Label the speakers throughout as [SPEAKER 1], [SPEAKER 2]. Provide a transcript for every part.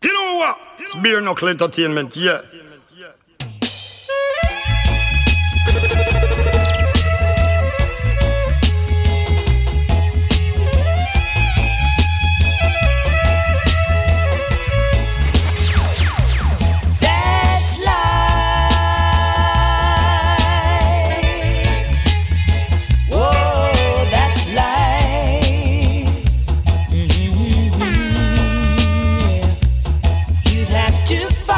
[SPEAKER 1] Power! It's bare knuckle entertainment, yeah.
[SPEAKER 2] That's life. Whoa, that's life. Mhm. You'd have to fight,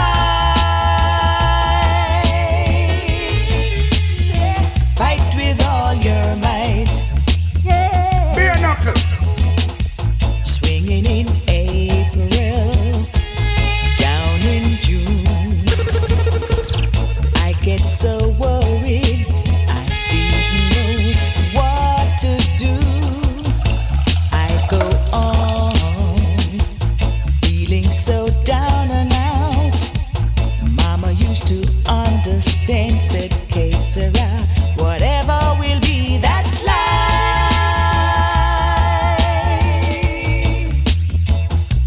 [SPEAKER 2] fight with all your might.
[SPEAKER 1] Bare knuckle!
[SPEAKER 2] Swinging in April, down in June. I get so worried, I didn't know what to do. I go on, feeling so down and out. Mama used to understand, said, "Que sera, whatever will be, that's life.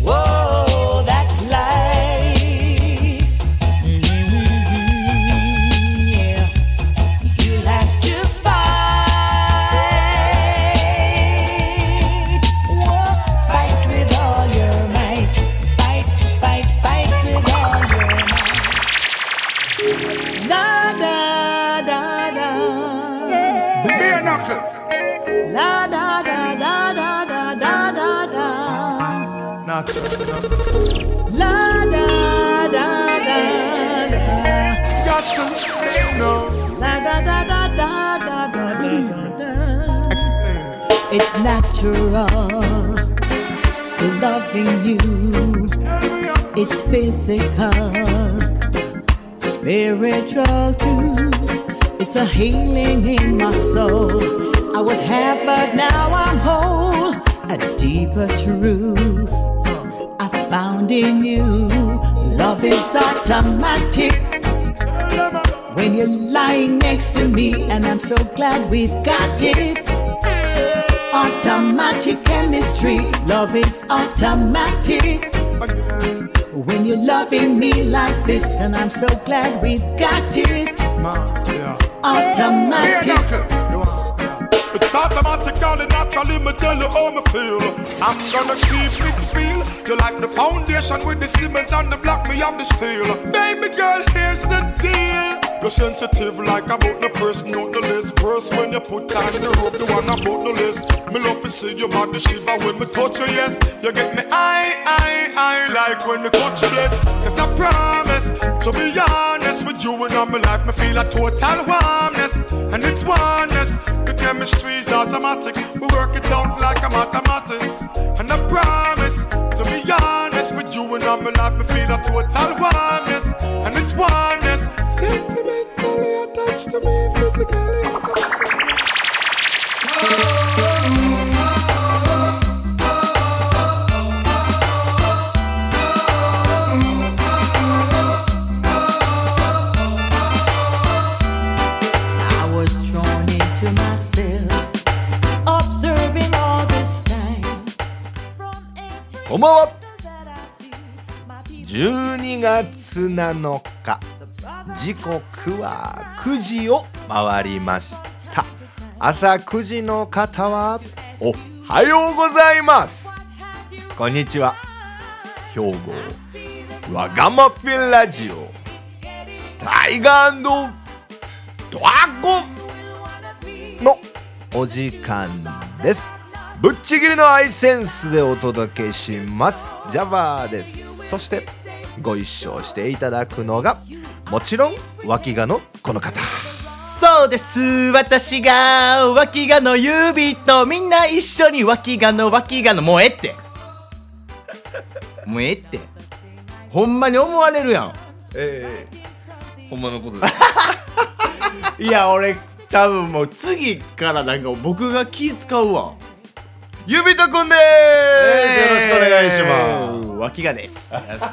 [SPEAKER 2] Whoa, that's life. Mhm, yeah. You'll have to fight. Whoa, fight with all your might. Fight, fight, fight with all your might. La da da da.
[SPEAKER 1] Bare knuckle!
[SPEAKER 2] La da da da da da da da da. La da da da da. La da da da da da da da da. da. It's natural to loving you. It's physical spiritual too. It's a healing in my soul. I was half, but now I'm whole. A deeper truth I found in you. Love is automatic. When you're lying next to me, and I'm so glad we've got it. Automatic chemistry, love is automatic. When you're loving me like this, and I'm so glad we've got it.
[SPEAKER 1] Bare
[SPEAKER 2] Automatic.
[SPEAKER 1] knuckle!
[SPEAKER 3] It's automatic, all it naturally me tell you how me feel. I'm gonna keep it real. You like the foundation with the cement and the block, me have the steel. Baby girl, here's the deal. You're sensitive like about the person on the list. First when you put on the rope, the one about the list. Me love to see your body shiver when me touch you, yes. You get me I, I, I like when me touch you, yes. Cause I promise to be honest with you and all my life, me feel a total warmness. And it's oneness. The chemistry's automatic. We work it out like a mathematics. And I promise to be honest with you and all my life, me feel a total warmness. And it's oneness. Sentimentally attached to me, physically automatic.
[SPEAKER 2] I was drawn into myself, observing all this time. From
[SPEAKER 4] こんばんは
[SPEAKER 2] angles that I see, my people
[SPEAKER 4] 12月7日時刻は9時を回りました朝9時の方はおはようございますこんにちは兵庫わがまフェラジオタイガードラゴンのお時間ですぶっちぎりのアイセンスでお届けしますジャバーですそしてご一緒していただくのがもちろん脇がのこの方
[SPEAKER 5] そうです私が脇がの指とみんな一緒に脇がの脇がのもうええってもうええってほんまに思われるやん
[SPEAKER 4] えー、ほんまのことです
[SPEAKER 5] いや俺多分もう次からなんか僕が気使うわ
[SPEAKER 4] 指とくんでーす、よろしくお願いします
[SPEAKER 5] 脇がです ありがとう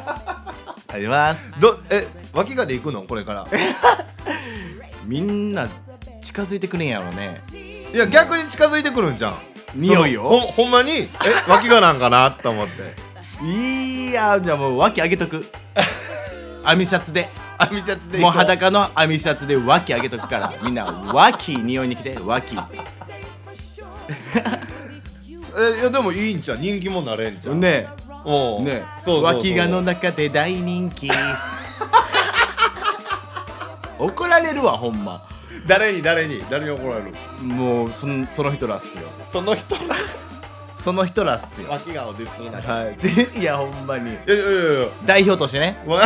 [SPEAKER 5] ございます
[SPEAKER 4] すどえ脇がで行くのこれから
[SPEAKER 5] みんな近づいてくれんやろね
[SPEAKER 4] いや逆に近づいてくるんじゃん
[SPEAKER 5] 匂いを
[SPEAKER 4] そのほんほんまにえ脇がなんかなと思って
[SPEAKER 5] いやーじゃあもう脇上げとく網シャツで
[SPEAKER 4] 網シャツで
[SPEAKER 5] もう
[SPEAKER 4] 肌
[SPEAKER 5] 裸の網シャツで脇上げとく からみんな脇匂いに来て脇
[SPEAKER 4] えいやでもいいんちゃう人気もなれんじゃん
[SPEAKER 5] ね
[SPEAKER 4] お
[SPEAKER 5] えねえ
[SPEAKER 4] そうそうそう
[SPEAKER 5] 脇がの中で大人気 怒られるわほんま
[SPEAKER 4] 誰に誰に誰に怒られる
[SPEAKER 5] もうそんその人らっすよ
[SPEAKER 4] その人が
[SPEAKER 5] その人らっすよ
[SPEAKER 4] 脇がをディスるな
[SPEAKER 5] はいでい やほんまに
[SPEAKER 4] いやいやいやいや
[SPEAKER 5] 代表としてね
[SPEAKER 4] わ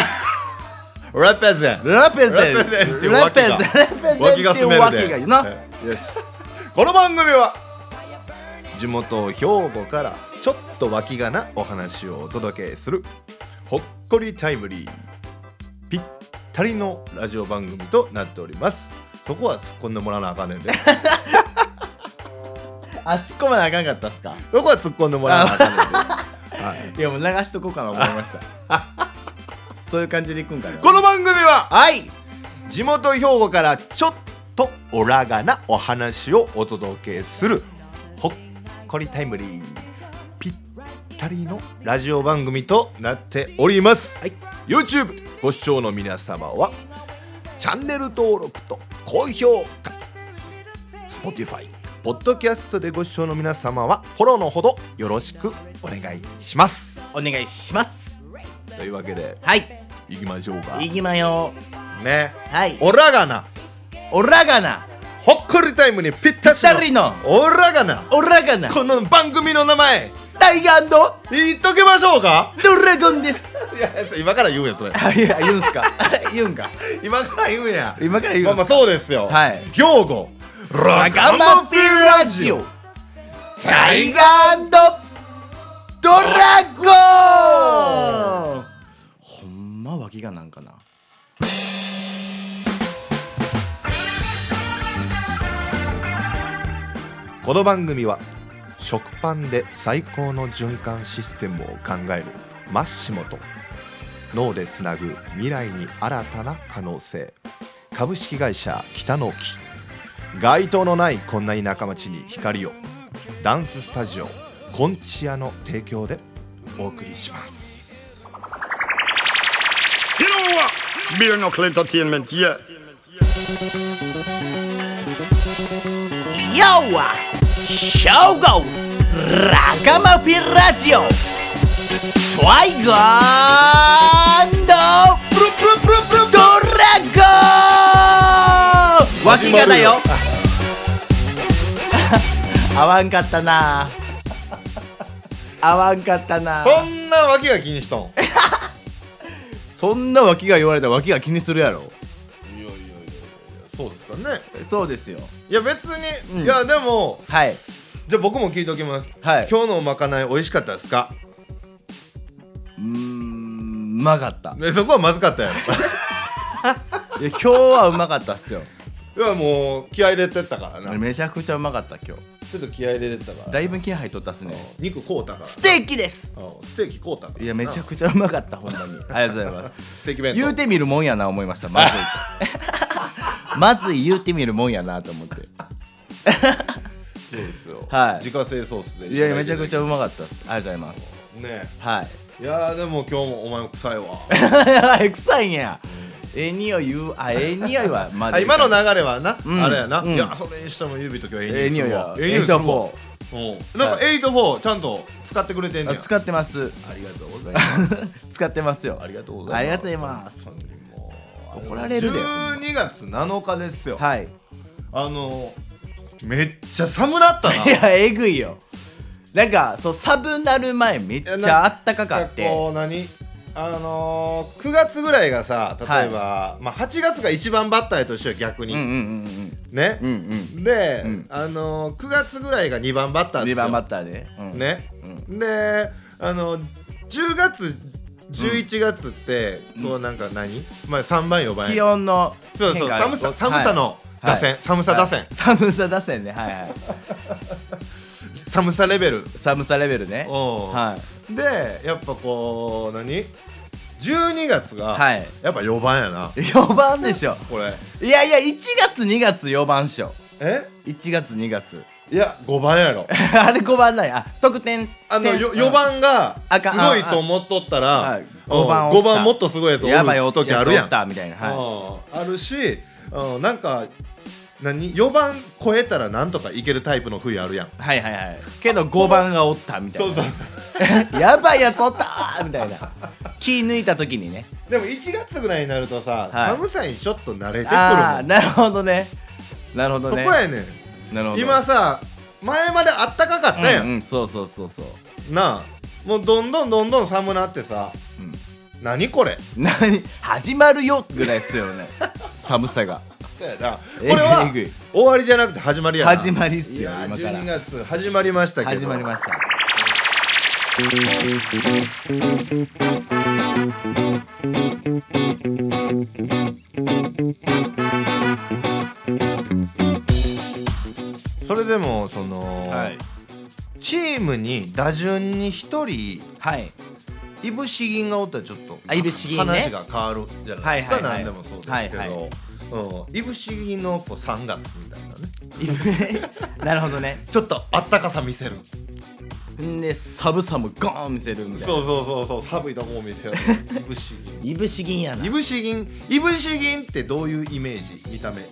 [SPEAKER 4] ラペゼン
[SPEAKER 5] ラペゼン
[SPEAKER 4] ラペゼンっていう
[SPEAKER 5] ラ
[SPEAKER 4] 脇
[SPEAKER 5] ペゼ
[SPEAKER 4] が
[SPEAKER 5] ンラペゼン
[SPEAKER 4] 脇が
[SPEAKER 5] ってい
[SPEAKER 4] 住
[SPEAKER 5] う
[SPEAKER 4] める
[SPEAKER 5] 脇
[SPEAKER 4] で
[SPEAKER 5] がいいな
[SPEAKER 4] ええよしこの番組は地元兵庫からちょっと脇がなお話をお届けするほっこりタイムリーぴったりのラジオ番組となっておりますそこは突っ込んでもらわなあかんね んで
[SPEAKER 5] あ突っ込まなあかんかったっすか
[SPEAKER 4] そこは突っ込んでもらわなあかんねんで
[SPEAKER 5] いやもう流しとこうかな思いました そういう感じでいくんかな
[SPEAKER 4] この番組は
[SPEAKER 5] はい
[SPEAKER 4] 地元兵庫からちょっとオラがなお話をお届けするほっこりタイムリーぴったりのラジオ番組となっております、はい、YouTube ご視聴の皆様はチャンネル登録と高評価 Spotify ポッドキャストでご視聴の皆様はフォローのほどよろしくお願いします
[SPEAKER 5] お願いします
[SPEAKER 4] というわけで
[SPEAKER 5] はい
[SPEAKER 4] いきましょうか
[SPEAKER 5] いきまよ
[SPEAKER 4] ね
[SPEAKER 5] はい
[SPEAKER 4] オラがな
[SPEAKER 5] オラガナ
[SPEAKER 4] ほっこりタイムにぴったしの
[SPEAKER 5] ぴったりの
[SPEAKER 4] オラがな
[SPEAKER 5] オラガナ
[SPEAKER 4] この番組の名前
[SPEAKER 5] タイガード
[SPEAKER 4] 言っときましょうか
[SPEAKER 5] ラゴンです
[SPEAKER 4] いや今から言うやそれ
[SPEAKER 5] あいや言うんすか 言うんか
[SPEAKER 4] 今から言うんや
[SPEAKER 5] 今から言
[SPEAKER 4] ま
[SPEAKER 5] う
[SPEAKER 4] あ
[SPEAKER 5] ん
[SPEAKER 4] ますあそうですよ
[SPEAKER 5] はい
[SPEAKER 4] 兵庫ラ
[SPEAKER 5] ラガマフィンラジオタイガードラゴンほんま脇がなんかな
[SPEAKER 4] この番組は食パンで最高の循環システムを考えるマッシモと脳でつなぐ未来に新たな可能性株式会社北の木街灯のないこんな田舎町に光をダンススタジオコンチアの提供でお送りします
[SPEAKER 1] You know what? It's Beer Knuckle Entertainment, yeah.
[SPEAKER 5] Yo は正午ラガマフィンラジオトイガードプルプルプルプルドラゴン脇がだ よ合わんかったな 合わんかったな
[SPEAKER 4] そんなわけが気にしとんいや
[SPEAKER 5] そんな脇が言われたら脇が気にするやろ
[SPEAKER 4] いやいやいやそうですかね
[SPEAKER 5] そうですよ
[SPEAKER 4] いや別に、
[SPEAKER 5] うん
[SPEAKER 4] いやでも
[SPEAKER 5] はい
[SPEAKER 4] じゃあ僕も聞いておきます、
[SPEAKER 5] はい
[SPEAKER 4] 今日のまかない美味しかったですか
[SPEAKER 5] うーんうまかった
[SPEAKER 4] ねそこはまずかったや
[SPEAKER 5] いや今日はうまかったっすよ
[SPEAKER 4] ろ いやもう気合い入れてったからな
[SPEAKER 5] めちゃくちゃうまかった今日
[SPEAKER 4] ちょっと気合い入れてったから
[SPEAKER 5] だいぶ気合入っとったっすね
[SPEAKER 4] 肉こうたから
[SPEAKER 5] ステーキです
[SPEAKER 4] うんステーキこうたから
[SPEAKER 5] いやめちゃくちゃうまかったほんまにありがとうございます
[SPEAKER 4] ステーキ弁当
[SPEAKER 5] 言うてみるもんやな思いましたまずい まずい言うてみるもんやなと思って
[SPEAKER 4] そうですよ、
[SPEAKER 5] はい
[SPEAKER 4] 自家製ソースで
[SPEAKER 5] いやいやめちゃくち
[SPEAKER 4] ゃ
[SPEAKER 5] ゃうまかったっすありがとうございます
[SPEAKER 4] ね
[SPEAKER 5] はい
[SPEAKER 4] いやーでも今日もお前も臭いわ
[SPEAKER 5] え臭い んやええ匂い言う あええ匂いはまだ
[SPEAKER 4] あ今の流れはな、
[SPEAKER 5] ん
[SPEAKER 4] あれやな、
[SPEAKER 5] うん
[SPEAKER 4] いやそれにしても指ときはえ
[SPEAKER 5] ええ
[SPEAKER 4] え
[SPEAKER 5] 匂
[SPEAKER 4] 匂
[SPEAKER 5] い
[SPEAKER 4] いするわ
[SPEAKER 5] は
[SPEAKER 4] ええ匂いするわ
[SPEAKER 5] エイト
[SPEAKER 4] うんなんか84ちゃんと使ってくれてん
[SPEAKER 5] フォー
[SPEAKER 4] ねや
[SPEAKER 5] あ使ってます
[SPEAKER 4] ありがとうございます
[SPEAKER 5] 使ってますよ
[SPEAKER 4] ありがとうございます
[SPEAKER 5] ありがとうございます
[SPEAKER 4] 本当にもう
[SPEAKER 5] 怒られるで
[SPEAKER 4] 12月7日ですよ、
[SPEAKER 5] はい
[SPEAKER 4] あのめっちゃ寒なったない
[SPEAKER 5] やえ ぐいよなんかそう寒なる前めっちゃあったかかって
[SPEAKER 4] なんこう何あのー、9月ぐらいがさ例えば、まあ、8月が一番バッターやとしては逆に、
[SPEAKER 5] うんうんうんうん
[SPEAKER 4] ね、
[SPEAKER 5] うんうん
[SPEAKER 4] で、
[SPEAKER 5] ん
[SPEAKER 4] あのー、9月ぐらいが2番バッターです
[SPEAKER 5] 2
[SPEAKER 4] よ
[SPEAKER 5] 番バッターで、うん
[SPEAKER 4] ね、であの10月11月って、こうなんか何、まあ、3番4番
[SPEAKER 5] 気温の
[SPEAKER 4] そう
[SPEAKER 5] 変
[SPEAKER 4] そう
[SPEAKER 5] 化が
[SPEAKER 4] 寒さ寒さの打線、寒さ打線、
[SPEAKER 5] はい寒さ打線ねはいはい
[SPEAKER 4] 寒さレベル
[SPEAKER 5] 寒さレベルね
[SPEAKER 4] おう
[SPEAKER 5] はい
[SPEAKER 4] でやっぱこう何12月が、
[SPEAKER 5] はい
[SPEAKER 4] やっぱ4番やな
[SPEAKER 5] 4番でしょ
[SPEAKER 4] これ
[SPEAKER 5] いやいや1月2月4番っしょ
[SPEAKER 4] え
[SPEAKER 5] 1月2月
[SPEAKER 4] いや5番やろ
[SPEAKER 5] あれ5番なんやあ得点
[SPEAKER 4] あの
[SPEAKER 5] 点
[SPEAKER 4] よ4番が
[SPEAKER 5] あ
[SPEAKER 4] す
[SPEAKER 5] かん
[SPEAKER 4] ごいと思っとった
[SPEAKER 5] は
[SPEAKER 4] ら
[SPEAKER 5] い五番おった
[SPEAKER 4] 5番もっとすごいやつおる
[SPEAKER 5] やばいお時
[SPEAKER 4] 時
[SPEAKER 5] あ
[SPEAKER 4] あ
[SPEAKER 5] る
[SPEAKER 4] る
[SPEAKER 5] や
[SPEAKER 4] や
[SPEAKER 5] ん
[SPEAKER 4] ん
[SPEAKER 5] たみたいなはい
[SPEAKER 4] うんあるし、うん、なんか何4番超えたらなんとかいけるタイプの冬あるやん
[SPEAKER 5] はいはいはいけど5番がおったみたいな
[SPEAKER 4] そう
[SPEAKER 5] やばいやつおったーみたいな気抜いた時にね
[SPEAKER 4] でも1月ぐらいになるとさ、
[SPEAKER 5] はい
[SPEAKER 4] 寒さにちょっと慣れてくる
[SPEAKER 5] あ
[SPEAKER 4] も
[SPEAKER 5] あ
[SPEAKER 4] ん、
[SPEAKER 5] なるほどねなるほど
[SPEAKER 4] そこ
[SPEAKER 5] ね
[SPEAKER 4] やねん
[SPEAKER 5] なるほど
[SPEAKER 4] 今さ前まであったかかったや、
[SPEAKER 5] うんんうんそうそうそうそう
[SPEAKER 4] なあもうどんどんどんどん寒なってさ、何これ
[SPEAKER 5] 何始まるよぐらいっすよ ね寒さが
[SPEAKER 4] だよなこ
[SPEAKER 5] え
[SPEAKER 4] れは
[SPEAKER 5] えぐい
[SPEAKER 4] 終わりじゃなくて始まりやな
[SPEAKER 5] 始まりっすよ
[SPEAKER 4] いや
[SPEAKER 5] 今から
[SPEAKER 4] 12月始まりましたけど
[SPEAKER 5] 始まりました
[SPEAKER 4] それでもその、
[SPEAKER 5] はい
[SPEAKER 4] チームに打順に1人
[SPEAKER 5] はい
[SPEAKER 4] いぶし銀がおったらちょっと
[SPEAKER 5] あいぶし銀ね
[SPEAKER 4] 話が変わるじゃないですか、
[SPEAKER 5] はいはいはい
[SPEAKER 4] 何でもそうですけど、
[SPEAKER 5] はいいはい
[SPEAKER 4] うん、いぶし銀のこう3月みたいなね
[SPEAKER 5] なるほどね
[SPEAKER 4] ちょっとあったかさ見せる
[SPEAKER 5] んで寒さもゴーン見せるみたいな
[SPEAKER 4] そうそうそうそう寒いとこも見せるいぶし銀
[SPEAKER 5] いぶし銀やない
[SPEAKER 4] ぶし銀いぶし銀ってどういうイメージ見た目う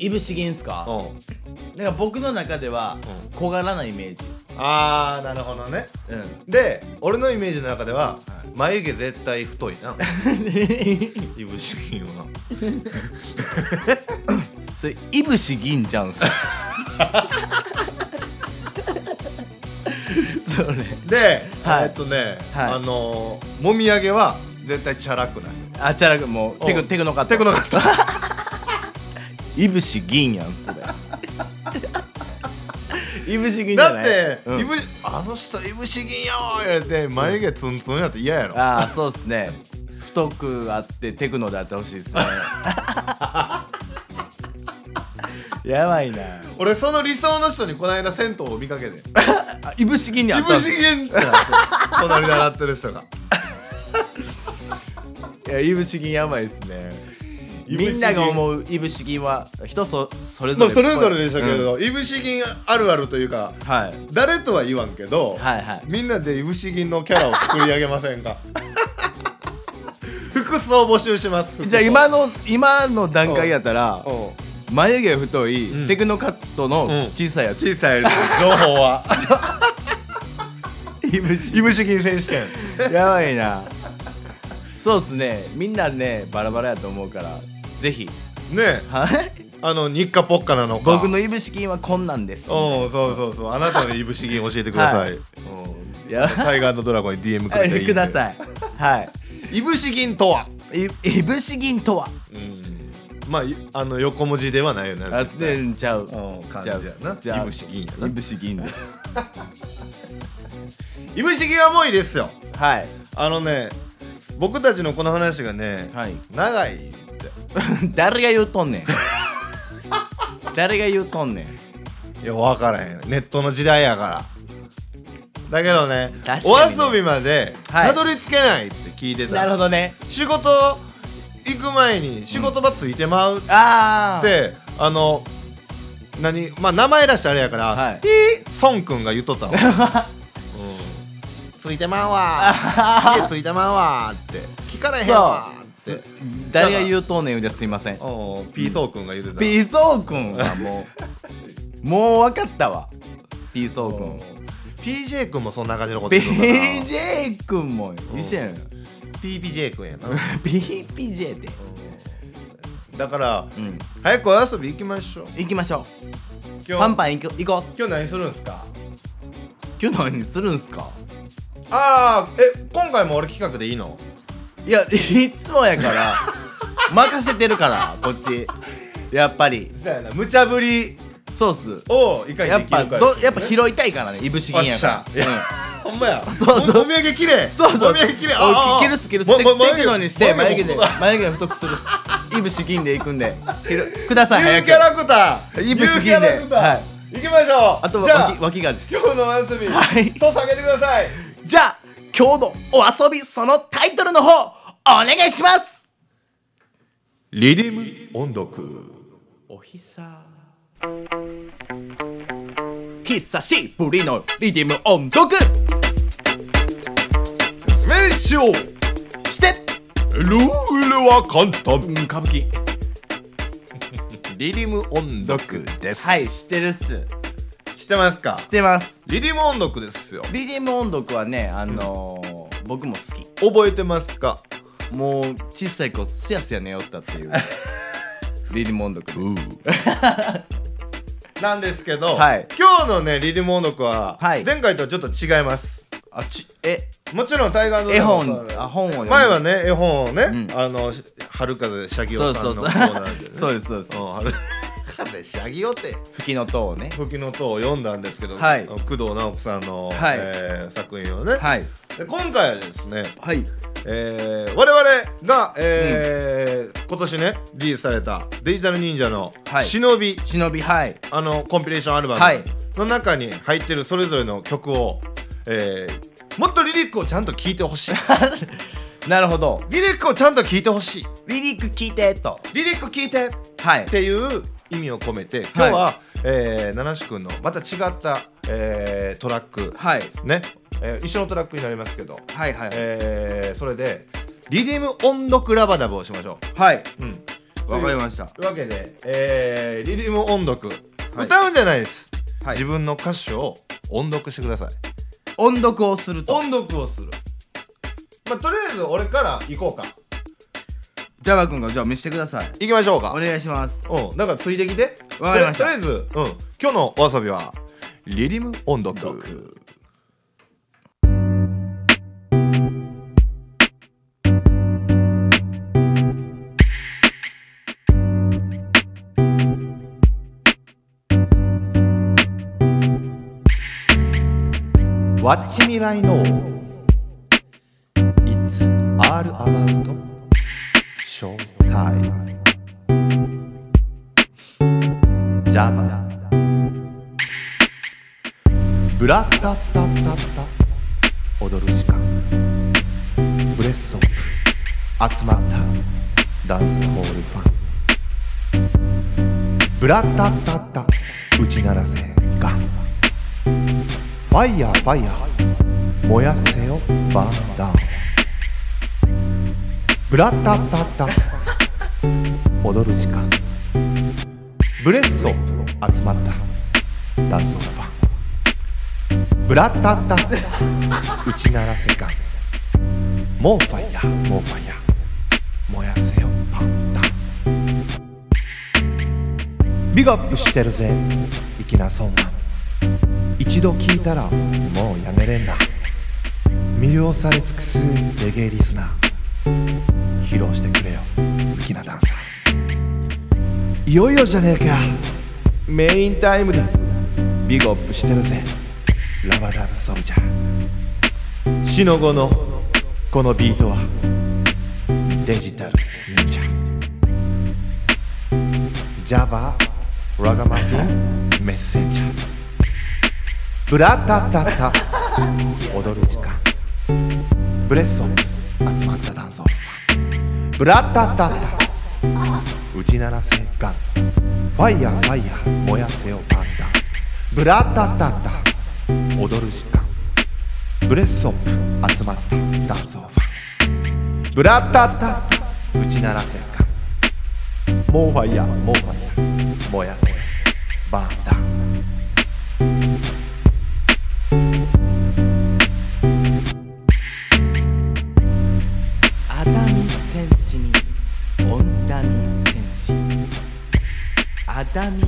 [SPEAKER 5] いぶし銀っすか
[SPEAKER 4] ん
[SPEAKER 5] だから僕の中では
[SPEAKER 4] う
[SPEAKER 5] 小柄なイメージ
[SPEAKER 4] あーなるほどね
[SPEAKER 5] うん
[SPEAKER 4] で俺のイメージの中では、眉毛絶対太い ないぶし銀は
[SPEAKER 5] それいぶし銀ちゃうんすかそれ
[SPEAKER 4] で、
[SPEAKER 5] はい
[SPEAKER 4] えっとね、
[SPEAKER 5] はい
[SPEAKER 4] あのーもみあげは絶対チャラくない
[SPEAKER 5] あちゃらくもうテ
[SPEAKER 4] う
[SPEAKER 5] ク
[SPEAKER 4] ん
[SPEAKER 5] テクノカット
[SPEAKER 4] テクノカット
[SPEAKER 5] いぶし銀やん それいぶし銀じゃ
[SPEAKER 4] だ
[SPEAKER 5] な
[SPEAKER 4] っ
[SPEAKER 5] い
[SPEAKER 4] て、
[SPEAKER 5] うん
[SPEAKER 4] いぶあの人いぶし銀やわ言われて眉毛ツンツンやって嫌やろ
[SPEAKER 5] ああそうっすね太くあってテクノであってほしいっ すねやばいな
[SPEAKER 4] 俺その理想の人にこの間銭湯を見かけて
[SPEAKER 5] あいぶし銀にあ
[SPEAKER 4] い
[SPEAKER 5] った
[SPEAKER 4] ぶ
[SPEAKER 5] んす
[SPEAKER 4] し銀ってなって隣で洗ってる人が
[SPEAKER 5] いやいぶし銀やばいっすね
[SPEAKER 4] いぶし銀
[SPEAKER 5] みんなが思ういぶし銀は人そそれぞ
[SPEAKER 4] まあ
[SPEAKER 5] れ
[SPEAKER 4] それぞれでしたけれ
[SPEAKER 5] うん
[SPEAKER 4] ど、いぶし銀あるあるというか
[SPEAKER 5] はい
[SPEAKER 4] 誰とは言わんけど、
[SPEAKER 5] はいはい
[SPEAKER 4] みんなでいぶし銀のキャラを作り上げません か服装募集します服装
[SPEAKER 5] じゃあ今の今の段階やったら
[SPEAKER 4] うん
[SPEAKER 5] 眉毛太い、
[SPEAKER 4] ん
[SPEAKER 5] テクノカットの小さいやつ、
[SPEAKER 4] 小さい情報は
[SPEAKER 5] いぶし
[SPEAKER 4] いぶし銀選手権
[SPEAKER 5] やばいな そうっすねみんなねバラバラやと思うからぜひ
[SPEAKER 4] ねえ
[SPEAKER 5] はい
[SPEAKER 4] あの日課ポッカなのか
[SPEAKER 5] 僕のいぶし銀はこんなんです
[SPEAKER 4] うんそうそうそうあなたのいぶし銀教えてください、
[SPEAKER 5] はい
[SPEAKER 4] うん
[SPEAKER 5] やば
[SPEAKER 4] タイガードドラゴンに DM くれていい
[SPEAKER 5] い くださいはい
[SPEAKER 4] ぶし銀とはい
[SPEAKER 5] いいぶし銀とは
[SPEAKER 4] うんまあいあの横文字ではないよね
[SPEAKER 5] あでちゃう
[SPEAKER 4] うん感
[SPEAKER 5] ち
[SPEAKER 4] じ
[SPEAKER 5] ゃ
[SPEAKER 4] や
[SPEAKER 5] う
[SPEAKER 4] な
[SPEAKER 5] じゃあ
[SPEAKER 4] いぶし銀や
[SPEAKER 5] いぶし銀です
[SPEAKER 4] いぶし銀はもういいですよ
[SPEAKER 5] はい
[SPEAKER 4] あのね僕たちのこの話がね、
[SPEAKER 5] はい
[SPEAKER 4] 長いって
[SPEAKER 5] 誰が言うとんね ん誰が言うとんねん
[SPEAKER 4] いや分からへんネットの時代やからだけどね
[SPEAKER 5] 確
[SPEAKER 4] お
[SPEAKER 5] かにね
[SPEAKER 4] 遊びまで
[SPEAKER 5] はい
[SPEAKER 4] たどり着けないって聞いてた、
[SPEAKER 5] なるほどね
[SPEAKER 4] 仕事行く前に仕事場ついてまうっ
[SPEAKER 5] ああ
[SPEAKER 4] て、あの何まあ名前出してあれやから、
[SPEAKER 5] はい
[SPEAKER 4] いい孫くんが言っ とったの、うん、ついてまうわー家ついてまうわーって聞かれへんわーって
[SPEAKER 5] 誰が言うとんねん言うですいません
[SPEAKER 4] うんピーソーくんが言うてた
[SPEAKER 5] ピーソー君はもうもう分かったわピーソー君
[SPEAKER 4] PJ 君もそんな感じのこと言うのかな
[SPEAKER 5] PJ 君も一緒やん
[SPEAKER 4] PPJ 君やな
[SPEAKER 5] PPJ で
[SPEAKER 4] だから、
[SPEAKER 5] うん
[SPEAKER 4] 早くお遊び行きましょう
[SPEAKER 5] 行きましょう
[SPEAKER 4] 今
[SPEAKER 5] パンパン行こ行こう
[SPEAKER 4] 今日何するんすか
[SPEAKER 5] 今日何するんすか
[SPEAKER 4] ああえ今回も俺企画でいいの
[SPEAKER 5] いやいつもやから 任せてるからこっちやっぱり
[SPEAKER 4] そうやな無茶ぶり
[SPEAKER 5] そうっす
[SPEAKER 4] をいかに
[SPEAKER 5] や
[SPEAKER 4] で
[SPEAKER 5] っ
[SPEAKER 4] きる
[SPEAKER 5] ぱ
[SPEAKER 4] かです
[SPEAKER 5] どやっぱ
[SPEAKER 4] よ
[SPEAKER 5] 拾いたいからねいぶし銀やか
[SPEAKER 4] よっしゃ
[SPEAKER 5] ら
[SPEAKER 4] いやほんまや
[SPEAKER 5] そうそう
[SPEAKER 4] おお土産綺麗
[SPEAKER 5] そうそう
[SPEAKER 4] お土産綺麗
[SPEAKER 5] おキルスキルス
[SPEAKER 4] も
[SPEAKER 5] テ
[SPEAKER 4] もも
[SPEAKER 5] クテクノにして眉毛で
[SPEAKER 4] もも
[SPEAKER 5] 眉毛を太くするっす いぶし銀で行くんでひろください
[SPEAKER 4] ニュ
[SPEAKER 5] 早
[SPEAKER 4] ー
[SPEAKER 5] く
[SPEAKER 4] キャラクター
[SPEAKER 5] いいぶし銀
[SPEAKER 4] ニ
[SPEAKER 5] で
[SPEAKER 4] ューキャラクター、
[SPEAKER 5] はい
[SPEAKER 4] 行きましょう
[SPEAKER 5] あと
[SPEAKER 4] じゃ
[SPEAKER 5] は
[SPEAKER 4] あ
[SPEAKER 5] 脇脇がです
[SPEAKER 4] 今日のお遊び、
[SPEAKER 5] はい
[SPEAKER 4] と下げてください
[SPEAKER 5] じゃあ今日のお遊びそのタイトルの方お願いします
[SPEAKER 4] リリム音読
[SPEAKER 5] おひさ久しぶりのリディム音読
[SPEAKER 4] 説明しよう
[SPEAKER 5] して
[SPEAKER 4] ルールは簡単
[SPEAKER 5] うん歌舞伎
[SPEAKER 4] リリム音読です
[SPEAKER 5] はい知ってるっす
[SPEAKER 4] 知ってますか
[SPEAKER 5] 知ってます
[SPEAKER 4] リリム音読ですよ
[SPEAKER 5] リディム音読はねあのー僕も好き
[SPEAKER 4] 覚えてますか
[SPEAKER 5] もう小さい子すやすや寝よった っていうリディム音読で
[SPEAKER 4] なんですけど、
[SPEAKER 5] はい
[SPEAKER 4] 今日のねリリム音読は、
[SPEAKER 5] はい
[SPEAKER 4] 前回とはちょっと違います
[SPEAKER 5] あちえ
[SPEAKER 4] もちろんタイガード
[SPEAKER 5] 絵本あ本を読む
[SPEAKER 4] 前はね絵本をね、
[SPEAKER 5] ん
[SPEAKER 4] あの春風シャギ
[SPEAKER 5] そ
[SPEAKER 4] オ
[SPEAKER 5] う
[SPEAKER 4] さん
[SPEAKER 5] そ
[SPEAKER 4] の
[SPEAKER 5] う
[SPEAKER 4] コー
[SPEAKER 5] そう
[SPEAKER 4] ナーで、ね、
[SPEAKER 5] そうですそうです
[SPEAKER 4] うん春風シャギオって
[SPEAKER 5] 吹きの塔をね
[SPEAKER 4] 時の塔を読んだんですけど、
[SPEAKER 5] はい
[SPEAKER 4] 工藤直樹さんの、
[SPEAKER 5] はい
[SPEAKER 4] えー作品をね、
[SPEAKER 5] はい
[SPEAKER 4] で今回はですね、
[SPEAKER 5] はい
[SPEAKER 4] えー我々が、えー今年ねリリースされたデジタル忍者の「
[SPEAKER 5] はい
[SPEAKER 4] 忍び」
[SPEAKER 5] 忍びはい
[SPEAKER 4] あのコンピレーションアルバム
[SPEAKER 5] はい
[SPEAKER 4] の中に入ってるそれぞれの曲を、えーもっとリリックをちゃんと聴いてほしい
[SPEAKER 5] なるほど
[SPEAKER 4] リリックをちゃんと聴いてほしい
[SPEAKER 5] リリック聞いてと
[SPEAKER 4] リリック聴いてっ
[SPEAKER 5] はい
[SPEAKER 4] ていう意味を込めて今日は、えー、七志くんのまた違った、えートラック、
[SPEAKER 5] はい
[SPEAKER 4] ね、えー一緒のトラックになりますけど、
[SPEAKER 5] はいはい
[SPEAKER 4] えーそれでリディム音読ラバダブをしましょ。
[SPEAKER 5] はいう
[SPEAKER 4] うん
[SPEAKER 5] わかりました
[SPEAKER 4] というわけで、えーリリム音読、
[SPEAKER 5] はい
[SPEAKER 4] 歌うんじゃないです、
[SPEAKER 5] はい
[SPEAKER 4] 自分の歌詞を音読してください
[SPEAKER 5] 音読をすると
[SPEAKER 4] 音読をするまあとりあえず俺から行こうか
[SPEAKER 5] ジャマ君がじゃあ見せてください
[SPEAKER 4] 行きましょうか
[SPEAKER 5] お願いします
[SPEAKER 4] うんだからついてきて
[SPEAKER 5] わかりました
[SPEAKER 4] とりあえず、うん、今日のお遊びはリリム音読わっち未来の It's all about show time ジャバブラッタッタッタッタ踊る時間ブレスオップ集まったダンスホールファンブラッタッタッタ打ち鳴らせガンファイヤーファイヤー燃やせよバンダウンブラッタッタッタ踊る時間ブレッソ集まったダンスオファンブラッタッタ打ち鳴らせガンモンファイヤーモンファイヤー燃やせよパンダビッグアップしてるぜ粋なそんな一度聞いたらもうやめれんな魅了され尽くすレゲエリスナー披露してくれよ粋なダンサーいよいよじゃねえかメインタイムでビッグアップしてるぜラバダブソルジャー死の後のこのビートはデジタル忍者ジャバラガマフィンメッセンジャーブラッタッタッタ踊る時間ブレッソン集まったダンスオファンブラッタッタッタ打ち鳴らせガンファイヤーファイヤー燃やせよパンダブラッタッタッタ踊る時間ブレッソップ集まったダンスオファンブラッタッタッタ打ち鳴らせガンモンファイヤーモンファイヤー燃やせよバンダ
[SPEAKER 2] 熱海戦士に温ダミ戦士熱海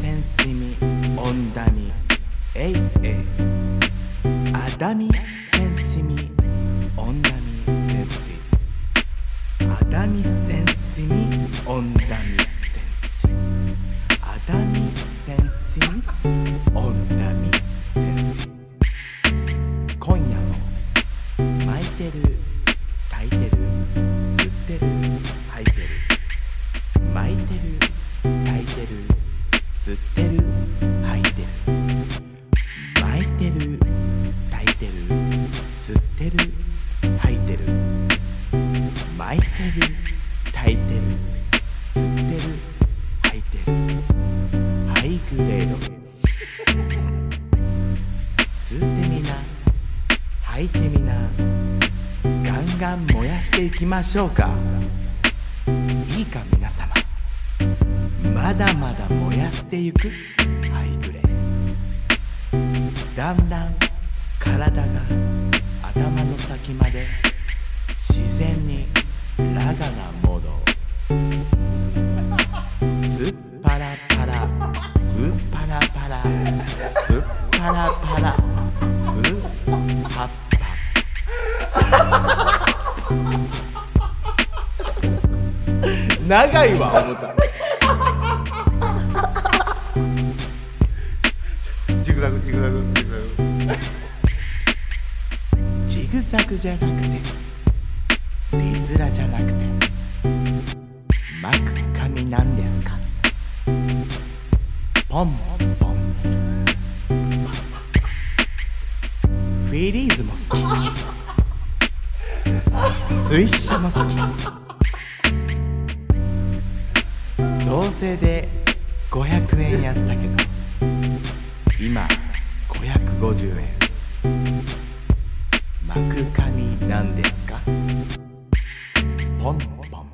[SPEAKER 2] 戦士に温ダミえいえい熱海戦士に温ダミ戦士熱海戦士に温ダミ戦士熱海戦士に温ダミ戦士今夜も巻いてる炊いてる吸ってる吐いてる巻いてる炊いてる吸ってる吐いてる巻いてる炊いてる吸ってる吐いてる巻いてる炊いてる吸ってる吐いてるはいぐ
[SPEAKER 5] 燃やしていきましょうかいいか皆様まだまだ燃やしてゆくハイグレだんだん体が頭の先まで自然にラガなモードすっぱらぱらすっぱらぱらすっぱらぱらすっぱっぱ長いわ思った
[SPEAKER 4] ジグザグジグザグジグザグ
[SPEAKER 5] ジグザグじゃなくてリズラじゃなくて巻く髪なんですかポンポンフィリーズも好き水車も好き増税で500円やったけど今550円巻く髪なんですかポンポン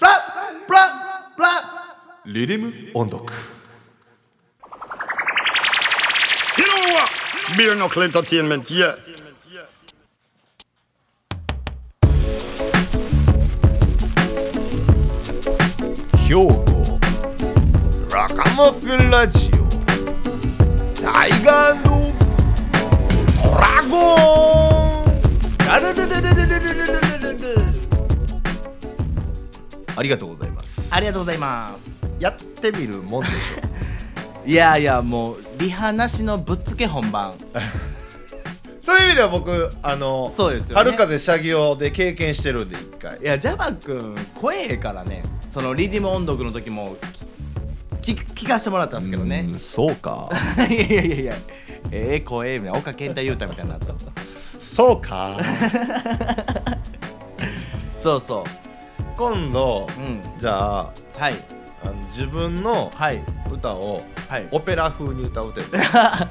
[SPEAKER 4] ブラブラブラリリム音読
[SPEAKER 1] You know what? It's bare knuckle entertainment, yeah.
[SPEAKER 4] 兵庫ラカマフェラジオタイガーのドラゴンダダダダダダダダダダありがとうございます
[SPEAKER 5] ありがとうございます
[SPEAKER 4] やってみるもんでしょう
[SPEAKER 5] いやいやもうリハなしのぶっつけ本番
[SPEAKER 4] そういう意味では僕あの
[SPEAKER 5] そうですよね
[SPEAKER 4] 春風シャギオで経験してるんで一回
[SPEAKER 5] いやジャバ君声ええからねそのリディム音読の時もき聞聞かせてもらったんですけどね
[SPEAKER 4] うんそうか
[SPEAKER 5] いやいやいやいやええ声みたいな岡健太雄太みたいになった
[SPEAKER 4] そうか
[SPEAKER 5] そうそ
[SPEAKER 4] 今度、
[SPEAKER 5] うん
[SPEAKER 4] じゃあ
[SPEAKER 5] うはい
[SPEAKER 4] あの自分の
[SPEAKER 5] はい
[SPEAKER 4] 歌を
[SPEAKER 5] はい
[SPEAKER 4] オペラ風に歌うてる、
[SPEAKER 5] あ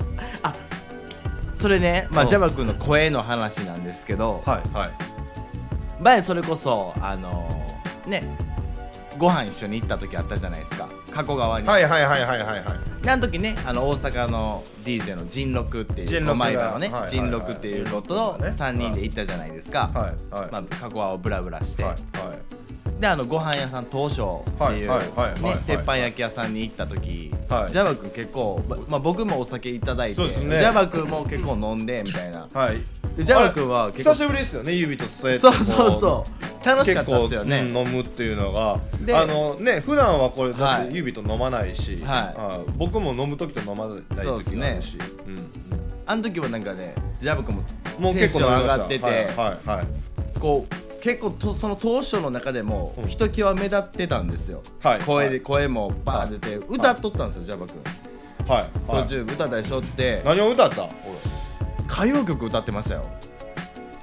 [SPEAKER 5] それねまあ
[SPEAKER 4] うん
[SPEAKER 5] ジャバ君の声の話なんですけど
[SPEAKER 4] はいはい
[SPEAKER 5] 前それこそあのーねご飯一緒に行った時あったじゃないですか加古川に、
[SPEAKER 4] はいはいはいはいはいはい
[SPEAKER 5] あの時ねあの大阪の DJ の陣六ってい
[SPEAKER 4] 陣
[SPEAKER 5] う
[SPEAKER 4] 六が
[SPEAKER 5] 前のね
[SPEAKER 4] はいはいはい
[SPEAKER 5] 陣六っていうロト
[SPEAKER 4] 陣
[SPEAKER 5] と
[SPEAKER 4] 六がね
[SPEAKER 5] 3人で行ったじゃないですか、
[SPEAKER 4] はいはい
[SPEAKER 5] まあ、加古川をブラブラして、
[SPEAKER 4] はいはい
[SPEAKER 5] であのご飯屋さん東証っていう
[SPEAKER 4] はいはいはいはい
[SPEAKER 5] ね鉄板焼き屋さんに行った時、
[SPEAKER 4] はい
[SPEAKER 5] ジャバ君結構、ままあ、僕もお酒いただいて、
[SPEAKER 4] そうですね
[SPEAKER 5] ジャバ君も結構飲んでみたいな
[SPEAKER 4] はい
[SPEAKER 5] でジャバ君は結構
[SPEAKER 4] 久しぶりですよね指と伝えて
[SPEAKER 5] そうそうそう楽しか
[SPEAKER 4] 結
[SPEAKER 5] ったで
[SPEAKER 4] 構
[SPEAKER 5] すよね、
[SPEAKER 4] うん飲むっていうのが
[SPEAKER 5] で
[SPEAKER 4] あのね普段はこれだっ
[SPEAKER 5] は
[SPEAKER 4] て
[SPEAKER 5] い
[SPEAKER 4] 指と飲まないし、
[SPEAKER 5] は
[SPEAKER 4] あ僕も飲む時と飲まない
[SPEAKER 5] そうです
[SPEAKER 4] 時
[SPEAKER 5] ね
[SPEAKER 4] があるしう,、
[SPEAKER 5] あの時はなんかねジャブ君も
[SPEAKER 4] ん、もう
[SPEAKER 5] テン
[SPEAKER 4] 結
[SPEAKER 5] シ
[SPEAKER 4] 構
[SPEAKER 5] ョン
[SPEAKER 4] 飲みま
[SPEAKER 5] 上
[SPEAKER 4] した
[SPEAKER 5] がってて、
[SPEAKER 4] はいはい
[SPEAKER 5] こう結構とその当初の中でも
[SPEAKER 4] うん
[SPEAKER 5] ひときわ目立ってたんですよ、
[SPEAKER 4] はい
[SPEAKER 5] 声で、
[SPEAKER 4] はい
[SPEAKER 5] 声もバーン出て、歌っとったんですよ、ジャバ君
[SPEAKER 4] はいはいはい
[SPEAKER 5] 途中歌大賞って
[SPEAKER 4] 何を歌った俺
[SPEAKER 5] 歌謡曲歌ってましたよ